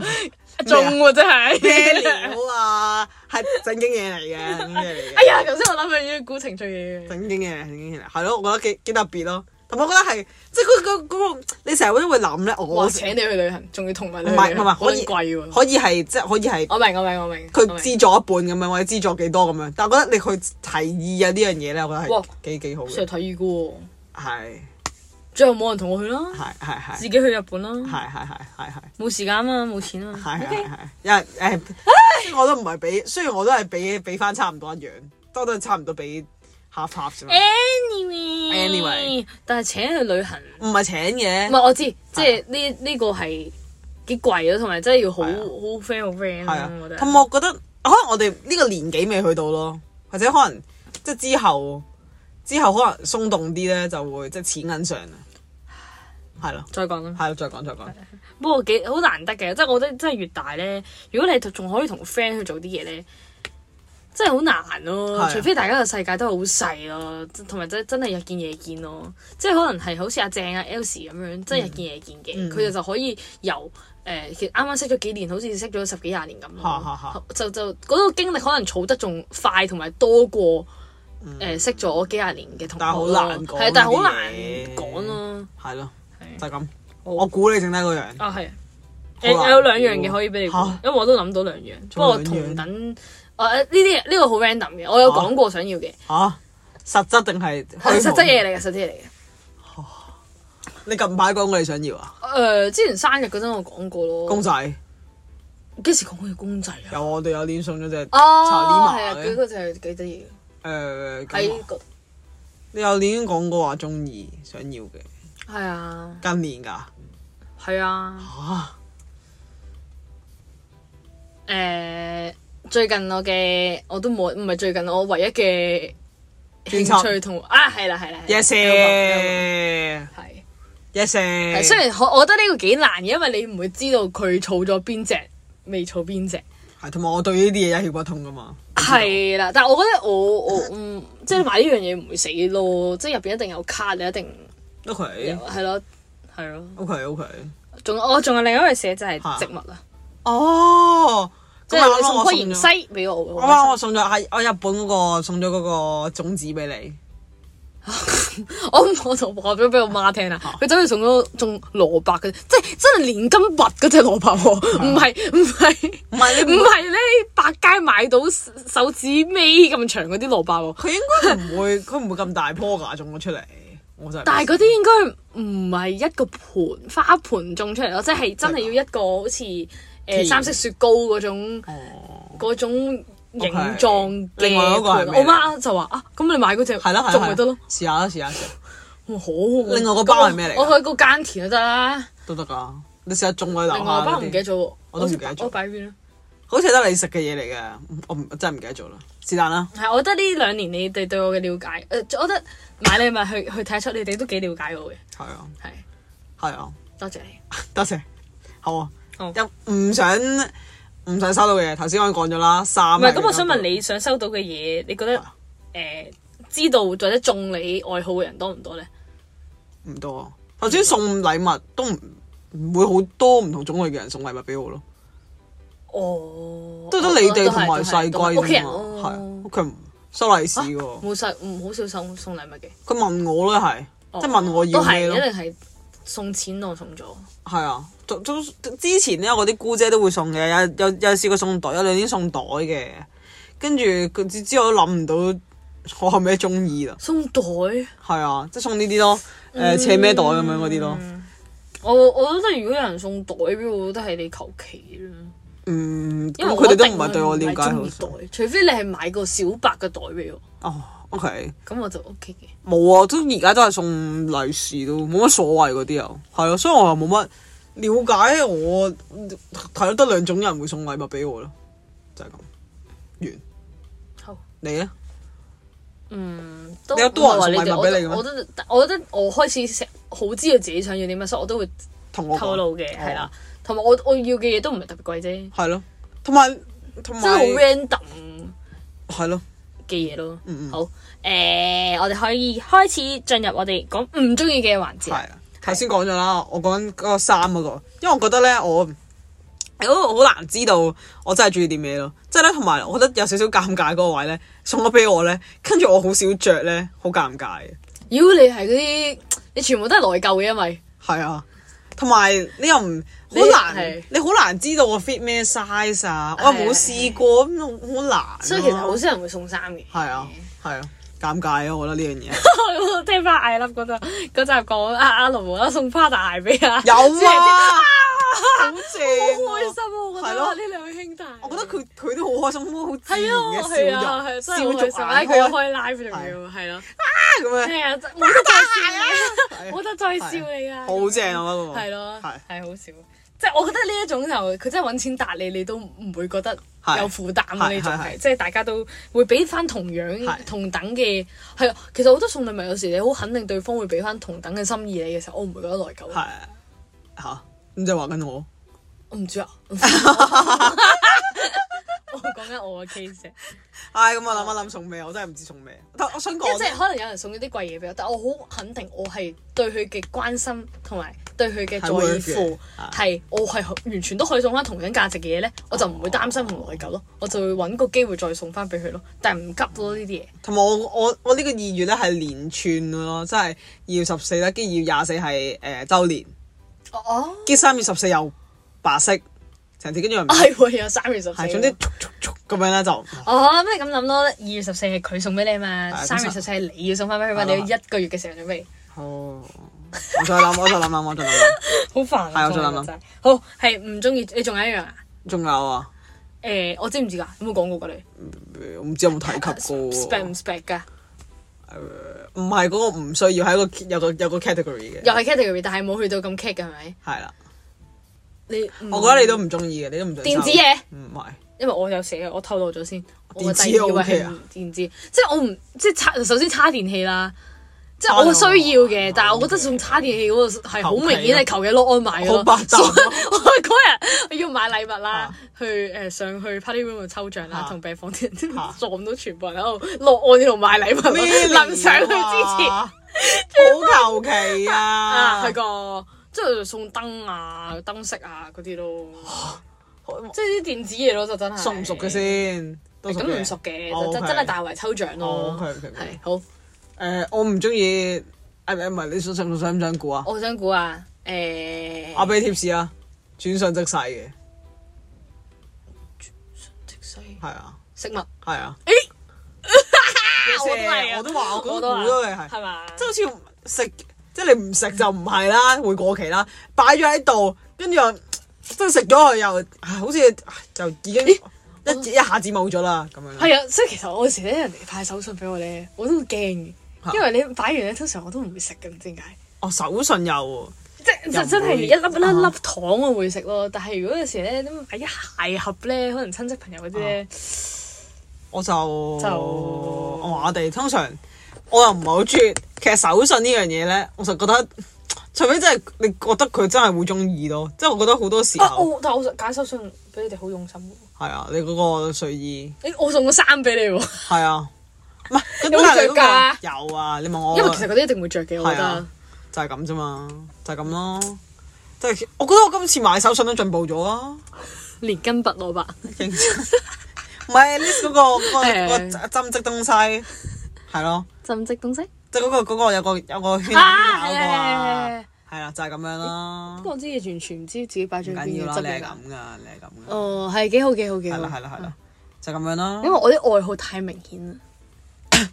B: 中喎真
A: 咩
B: 係。
A: 料啊？係正經嘢嚟嘅，正經嘢嚟
B: 哎
A: 嘅，
B: 呀，頭先我諗起要估情趣嘢嘅，
A: 正經嘢嚟，正經嘢嚟，係咯，我覺得幾幾特別咯。同埋我覺得係，即係嗰嗰嗰個，你成日都會諗咧，我
B: 哇！
A: 可
B: 請你去旅行，仲要同埋你去
A: 唔係
B: 旅行
A: 唔係
B: 好撚
A: 可以
B: 貴喎。
A: 以係即係可以係
B: 我明我明我明，
A: 佢
B: 哦我明
A: 資助一半咁樣，或者資助幾多咁樣。但係我覺得你去提議啊呢樣嘢咧，我覺得係
B: 哇
A: 幾幾好
B: 成
A: 嘅，
B: 日睇預估
A: 係
B: 喎，最後冇人同我去啦，
A: 係係係
B: 自己去日本啦，
A: 係係係係係。
B: 冇時間啊嘛，冇錢啊
A: 係
B: 嘛。
A: 係
B: OK，
A: 係，因為誒，雖然我都唔係俾，雖然我都係俾俾翻差唔多一樣，多都係差唔多俾 half half 啫嘛，
B: Anyway，anyway，
A: Anyway
B: 但係請去旅行，
A: 唔係請
B: 唔
A: 嘅，
B: 係我知，即係呢呢個係幾貴咯，同埋真係要好好
A: 係啊
B: friend 好 friend
A: 係
B: 啊
A: 啊，
B: 我覺得。
A: 同埋我覺得可能我哋呢個年紀未去到咯，或者可能即係之後之後可能鬆動啲咧，就會即係錢銀上啊，係咯，
B: 再講啦。
A: 係咯，再講再講，
B: 不過幾好難得嘅，即係我覺得真係越大咧，如果你仲可以同 friend 去做啲嘢咧，真係好難咯、
A: 係啊
B: 除非大家嘅世界都係好細咯，同埋真真係日見夜見咯。即係可能係好似阿鄭啊、Elsie 咁樣，真係日見夜見
A: 嗯
B: 嘅，佢哋、就可以由誒、呃其實啱啱識咗幾年，好似識咗十幾廿年咁咯
A: 哈哈哈
B: 就就嗰、個經歷可能儲得仲快，同埋多過誒、呃、識咗幾廿年嘅
A: 嗯
B: 同學
A: 但係好
B: 咯
A: 難講
B: 係啊但係好
A: 呢啲
B: 難
A: 嘢
B: 講咯。
A: 係咯，
B: 係
A: 就係咁，我估你剩低嗰樣，
B: 啊，係。
A: 好
B: 誒
A: 難
B: 有兩樣嘅可以俾你估
A: 嚇，
B: 因為我都諗到兩樣，不
A: 仲有
B: 過
A: 兩樣啊
B: 同等哦誒呢啲呢個好 random 嘅，我有講過想要嘅，
A: 嚇啊實質定係
B: 係
A: 虛
B: 實
A: 無
B: 質嘢嚟嘅，實質嘢嚟嘅。
A: 你近排講過你想要啊，
B: 誒之前生日嗰陣我講過
A: 公
B: 咯，
A: 仔。
B: 幾時講過嘅公仔啊？
A: 有我哋有年送咗隻
B: 哦，係啊，
A: 查理瑪
B: 嗰
A: 嘅
B: 個就係幾得意
A: 誒，
B: 嘅，
A: 咁
B: 喺
A: 啊
B: 個
A: 你有年講過話中意想要嘅，
B: 係啊，
A: 今年㗎
B: 啊係啊，
A: 嚇
B: 誒最近我嘅我都冇，唔係最近我唯一嘅
A: 專輯
B: 興趣同啊係啦係啦係啦
A: Yes
B: 有個係。
A: yes
B: 係雖然啊我我覺得呢個幾難嘅，因為你唔會知道佢儲咗邊只，未儲邊只。
A: 係同埋我對呢啲嘢一竅不通噶嘛。
B: 係啦，但係我覺得我我嗯，即係買呢樣嘢唔會死咯，即係入邊一定有卡，你一定
A: OK
B: 係咯，係咯。
A: OK OK。
B: 仲我仲有另一樣嘢就係
A: 嚇
B: 植物啦，
A: 哦，
B: 即
A: 咁啊
B: 係
A: 啱啱
B: 送
A: 我
B: 棵
A: 送
B: 芫
A: 咗，
B: 茜俾我
A: 我
B: 嘅。
A: 啱啱啊
B: 好
A: 我
B: 開心
A: 送咗喺我日本嗰個送咗嗰個種子俾你。
B: 我 我同話咗俾我媽聽啦，佢走去送咗種蘿蔔嘅，即係真係連根拔嗰只蘿蔔喎，唔係唔係
A: 唔係
B: 唔
A: 你唔，
B: 係咧，百佳買到手指尾咁長嗰啲蘿蔔喎。
A: 佢應該唔會，佢唔會咁大棵㗎，種咗出嚟。我就
B: 但係嗰啲應該唔係一個盤花盤種出嚟咯，即係真係要一個好似誒、呃
A: 田
B: 三色雪糕嗰種
A: 哦，
B: 嗰種形狀嘅
A: OK，另外嗰個係
B: 盤
A: 咩
B: 我媽就話啊，咁你買嗰只
A: 係啦係啦，
B: 種咪得咯。
A: 試下啦試下試下
B: 我好。
A: 另外個包係咩嚟㗎
B: 我去個耕田就得啦，
A: 都得㗎。你試下種喺樓下。
B: 另外個包唔記得咗喎，
A: 我都唔記得咗
B: 我擺邊啦。啊
A: 好似係得你食嘅嘢嚟嘅，我唔我真係唔記得咗啦。是但啦，
B: 係，我覺得呢兩年你哋對我嘅了解，誒、我覺得買禮物去去睇得出你哋都幾了解我嘅，
A: 係啊，
B: 係
A: 係啊，
B: 多謝你。
A: 多謝，好啊。
B: 好
A: 又唔想唔想收到嘅嘢，頭先我講咗啦，衫
B: 唔
A: 啊係
B: 係，咁我想問
A: 其中一個，
B: 你想收到嘅嘢，你覺得誒、
A: 啊
B: 知道或者中你愛好嘅人多唔多咧？
A: 唔多，啊頭先送禮物都唔唔會好多唔同種類嘅人送禮物俾我咯，
B: 哦，
A: 都係得你哋同埋細
B: 都係
A: 雞
B: 都係屋企人
A: 啫嘛，係
B: 咯，啊
A: 屋企人收利是嘅喎，
B: 哦冇細唔好少送送禮物嘅，
A: 佢問我咧係，即係問我
B: 哦都
A: 要
B: 係
A: 咩
B: 一
A: 咯，
B: 定係送錢我送咗，
A: 係啊，都都之前咧我啲姑姐都會送嘅，有有有試過送袋，有兩年送袋嘅，跟住佢之之後都諗唔到我有咩中意啦，
B: 送袋。
A: 係啊，即係送呢啲咯，誒
B: 嗯
A: 斜咩袋咁樣嗰啲咯。
B: 我我覺得如果有人送袋俾我，都係你求其啦，
A: 嗯，
B: 因
A: 因
B: 為
A: 為佢哋都唔
B: 一定
A: 係對我了解
B: 中
A: 好
B: 意
A: 深。
B: 袋，除非你係買個小白嘅袋俾我，
A: 哦，OK，
B: 咁我就 OK 嘅。
A: 冇啊，都而家都係送利是都冇乜所謂嗰啲又係啊，所以我又冇乜了解我係咯，得兩種人會送禮物俾我咯，就係、咁完。
B: 好。
A: 你咧？
B: 嗯，都
A: 你有多人
B: 唔係話
A: 送禮物
B: 哋
A: 俾你嘅咩
B: 我都我覺得我開始識好知道自己想要啲乜，所以我都會
A: 同我講
B: 透露嘅，係啦。同埋我我要嘅嘢都唔係特別貴啫，真
A: 係咯，同埋同
B: 係好
A: 埋
B: random
A: 係咯，
B: 嘅嘢咯。
A: 嗯嗯
B: 好，誒，我哋可以開始進入我哋講唔中意嘅環節
A: 係
B: 啦。
A: 啊。頭先講咗啦，我講嗰個衫嗰、個，因為我覺得咧，我我好難知道我真係中意啲咩咯。即係咧，同埋我覺得有少少尷尬嗰個位咧，送咗俾我咧，跟住我好少着咧，好尷尬嘅。
B: 妖，你係嗰啲你全部都係內疚嘅，因為
A: 係啊，同埋你又唔
B: 你
A: 好難
B: 係，
A: 你好難知道我 fit 咩 size 啊，我又冇
B: 係
A: 試過，咁好難啊。
B: 所以其實好少人會送衫嘅。
A: 係啊，係啊，尷尬啊！我覺得呢樣嘢
B: 我聽翻艾粒嗰陣嗰集講啊阿龍無啦啦送 partner 鞋俾啊，
A: 有啊，好
B: 好開
A: 正啊。
B: 心啊！我覺
A: 係
B: 得
A: 咯
B: 呢兩位兄弟，
A: 我覺得佢佢都好開心，好自
B: 係
A: 然
B: 啊，
A: 嘅
B: 係啊，
A: 嗯笑容，
B: 係
A: 笑逐眼
B: 真係好開心啊！佢有
A: 開
B: 開 live 仲要係咯，
A: 咁樣，
B: 係啊，真冇得再笑
A: 係
B: 你，
A: 啊
B: 冇得再笑你啊！
A: 好正啊！嗰個
B: 係咯，
A: 係
B: 係好笑。即係我覺得呢一種就佢真係揾錢達你，你都唔會覺得
A: 係
B: 有負擔啊！
A: 係
B: 呢種
A: 係係
B: 係即係大家都會俾翻同樣
A: 係
B: 同等嘅係啊。其實我覺得送禮物有時你好肯定對方會俾翻同等嘅心意你嘅時候，我唔會覺得內疚。
A: 係嚇，咁就話緊我
B: 我唔 知啊， 我講緊我嘅 case 啫。
A: 唉，咁我諗一諗送咩，我真係唔知送咩。但我想
B: 即係
A: 講，
B: 可能有人送咗啲貴嘢俾我，但我好肯定我係對佢嘅關心同埋對佢嘅在
A: 係
B: 意
A: worth 嘅啊
B: 付係我係完全都可以送翻同樣價值嘅嘢咧，我就唔會擔心同內疚咯，我就會揾個機會再送翻俾佢咯，但係唔急咯呢啲嘢。
A: 同埋我我我呢個二月咧係連串嘅咯，即係二月十四啦，跟住二月廿四係誒週年，
B: 哦哦，
A: 跟住三月十四又白色，成條跟住又唔
B: 係喎，有三月十四。啊
A: 係，總之速速速咁樣咧就
B: 哦，咩咁諗咯？二月十四係佢送俾你嘛，
A: 係啊
B: 三月十四係你要送翻俾佢嘛，
A: 係啦啊
B: 你要一個月嘅時間準備，
A: 哦，我再諗，我再諗諗，我再諗諗，
B: 好煩
A: 係
B: 啊！
A: 我再
B: 送
A: 諗
B: 禮物
A: 諗
B: 真係好係唔中意，你仲有一樣啊？
A: 仲有啊，
B: 誒，我知唔知㗎？有冇講過㗎你
A: 我唔知有冇提及 過
B: ？spec 唔
A: 喎，
B: spec 㗎？
A: 唔係嗰個唔需要，係一個有個有個 category 嘅，
B: 又係 category，但係冇去到咁 cat 嘅係咪？
A: 係啦，
B: 你
A: 我覺得你都唔中意嘅，你都唔準
B: 電
A: 收
B: 子嘢，
A: 唔係
B: 因為我有寫，我透露咗先。我
A: 電子
B: 第二位
A: OK
B: 係
A: 啊
B: 電子，即係我唔即係叉，首先叉電器啦。即係
A: 叉電
B: 我
A: 器
B: 需要嘅
A: 哦，
B: 但係我覺得送叉電器嗰個係好明顯係求其攞安買嘅
A: 好
B: 咯。
A: 百搭
B: 所以 我嗰日我要買禮物啦
A: 啊，
B: 去誒上去 party room 度抽獎啦
A: 啊，
B: 同病房啲人
A: 啊
B: 撞到全部人喺度落安呢度買禮物咯，臨上去之前。
A: 前，好求其啊！
B: 啊，係個，即係送燈啊、燈飾啊嗰啲咯，即係啲電子嘢咯，就真係
A: 熟唔熟嘅？先？都
B: 咁唔熟嘅，
A: 哦
B: 就真
A: OK
B: 真係大圍抽獎
A: 哦
B: 咯。
A: ，OK，OK，OK
B: 係好，
A: 誒，我唔中意。誒唔係，你想想想唔想估啊？
B: 我想估啊，誒，
A: 我俾你貼士啊，轉瞬即逝嘅，
B: 即西
A: 係啊，
B: 食物，
A: 係啊。
B: 我都係啊
A: 我都話，我估
B: 我
A: 估
B: 都話
A: 到你係。
B: 係嘛？
A: 即係好似食，即係你唔食就唔係啦，會過期啦。擺咗喺度，跟住又即係食咗佢又，唉好似唉就已經一一下子冇咗啦咁樣。
B: 係啊，即係其實我有時咧，人哋派手信俾我咧，我都會驚嘅，因為你擺完咧，通常我都唔會食嘅，唔知點解。
A: 哦，手信有喎，
B: 即
A: 又
B: 就
A: 唔
B: 真係
A: 會
B: 一粒一粒一
A: 啊
B: 粒糖我會食咯，但係如果有時咧咁買一鞋盒咧，可能親戚朋友嗰啲咧，
A: 啊我就
B: 就
A: 我哋通常我又唔係好中意。其實手信呢樣嘢咧，我就覺得除非真係你覺得佢真係會中意咯，即係我覺得好多時
B: 啊
A: 候
B: 我但係我想解手信俾你哋好用心喎。
A: 係啊，你嗰個睡衣。
B: 誒我送咗衫俾你喎，
A: 係啊，唔係咁
B: 有冇
A: 但係你
B: 着㗎
A: 嗰個有啊，你問我
B: 因為其實嗰啲一定會着嘅，我覺
A: 係
B: 得
A: 啊。就係咁啫嘛，就係咁咯。即係我覺得我今次買手信都進步咗啊！
B: 連根拔蘿蔔，
A: 認真，唔係呢嗰個嗰
B: 係
A: 個嗰個針織東西係咯，
B: 浸織東西。
A: 即係嗰個嗰個有個有個圈圈
B: 啊，
A: 嗰
B: 係係
A: 個
B: 係
A: 啊，
B: 係。
A: 係啦，就係咁樣啦
B: 不。過我知嘢完全唔知自己擺咗
A: 唔
B: 喺
A: 緊要
B: 邊嘅
A: 啦，
B: 質
A: 你係
B: 地。
A: 咁噶，你係咁噶，
B: 哦，係幾好幾好幾好。
A: 係啦係啦係啦，就咁樣啦
B: 因為。我啲愛好太明顯啦，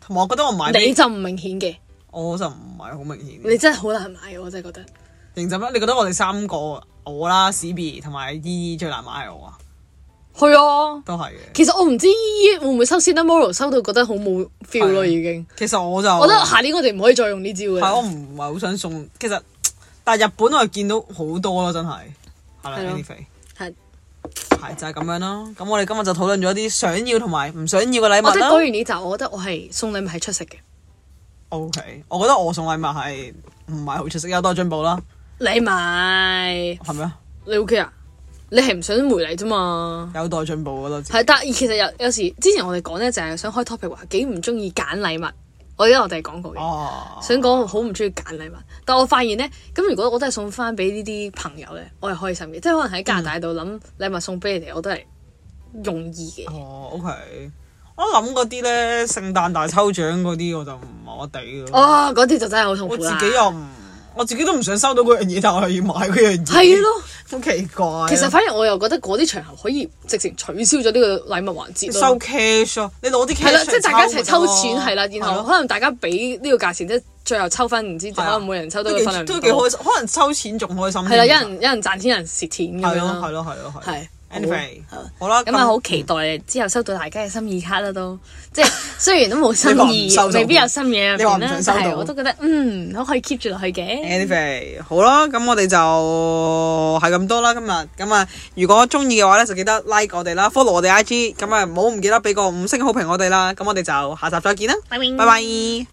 A: 同埋我覺得我買
B: 你
A: 俾
B: 就唔明顯嘅，
A: 我就唔係好明顯。
B: 你真係好難買，我真係覺得。
A: 認真咩？你覺得我哋三個我啦、史 B 同埋姨姨最難買係我啊？
B: 係啊。
A: 都係嘅。
B: 其實我唔知依依會唔會收 c i n m o r a l 收到覺得好冇 feel
A: 係
B: 咯，已經。
A: 其實我就
B: 我覺得下年我哋唔可以再用呢招嘅
A: 係啊我
B: 啦。
A: 唔係好想送。其實但係日本我係見到好多咯，真係係啦
B: 係咯
A: ，anyway
B: 係，
A: 係就係咁樣咯。咁我哋今日就討論咗啲想要同埋唔想要嘅禮
B: 我
A: 物
B: 覺得講
A: 啦。
B: 完呢集，我覺得我係送禮物係出色嘅。
A: O K，我覺得我送禮物係唔係好出色，有待進步啦，
B: 你咪
A: 係咪啊？
B: 你 OK 啊？你係唔想回禮啫嘛？
A: 有待進步，我覺得自己。
B: 係，但係其實有有時之前我哋講咧，就係想開 topic 話幾唔中意揀禮物。我記得我哋講過嘅，
A: 哦，
B: 想講我好唔中意揀禮物。但我發現咧，咁如果我都係送翻俾呢啲朋友咧，我係開心嘅。即係可能喺加拿大度
A: 嗯
B: 諗禮物送俾你哋，我都係用意嘅。
A: 哦，O K。我諗嗰啲咧聖誕大抽獎嗰啲我就唔麻麻地嘅。
B: 哦，嗰啲就真係好痛苦
A: 我自
B: 啦。
A: 己又唔，我自己都唔想收到嗰樣嘢，但我又要買嗰樣嘢。
B: 係咯，
A: 好奇怪啊。
B: 其實反而我又覺得嗰啲場合可以直情取消咗呢個禮物環節
A: 收
B: 咯。
A: cash 咯，你攞啲 cash
B: 係啦，即係
A: 係
B: 大家一齊抽錢係啦，然後
A: 後
B: 可能大家俾呢個價錢，即係最後抽翻，唔知可
A: 啊
B: 能每人抽到
A: 都
B: 嘅
A: 幾
B: 分量唔
A: 都
B: 同
A: 幾開心，可能抽錢仲開心。
B: 係啦，有人有人賺錢，有人蝕錢咁
A: 係
B: 樣
A: 咯
B: 啦
A: 嗯係咯係咯
B: 係好
A: Anyway，
B: 好
A: 好啦，
B: 咁啊，好期待之後收到大家嘅心意卡啦，都 即係雖然都冇心
A: 你
B: 意
A: 話唔收，到
B: 未必有心嘢入
A: 你話
B: 邊
A: 唔
B: 啦
A: 想，收
B: 但
A: 到
B: 係我都覺得嗯，我可以 keep 住落去嘅。
A: Anyway，好啦，咁我哋就係咁多啦，今日咁啊，如果中意嘅話咧，就記得 like 我哋啦，follow 我哋 IG，咁啊唔好唔記得俾個五星好評我哋啦，咁我哋就下集再見啦，
B: 拜拜
A: 拜拜。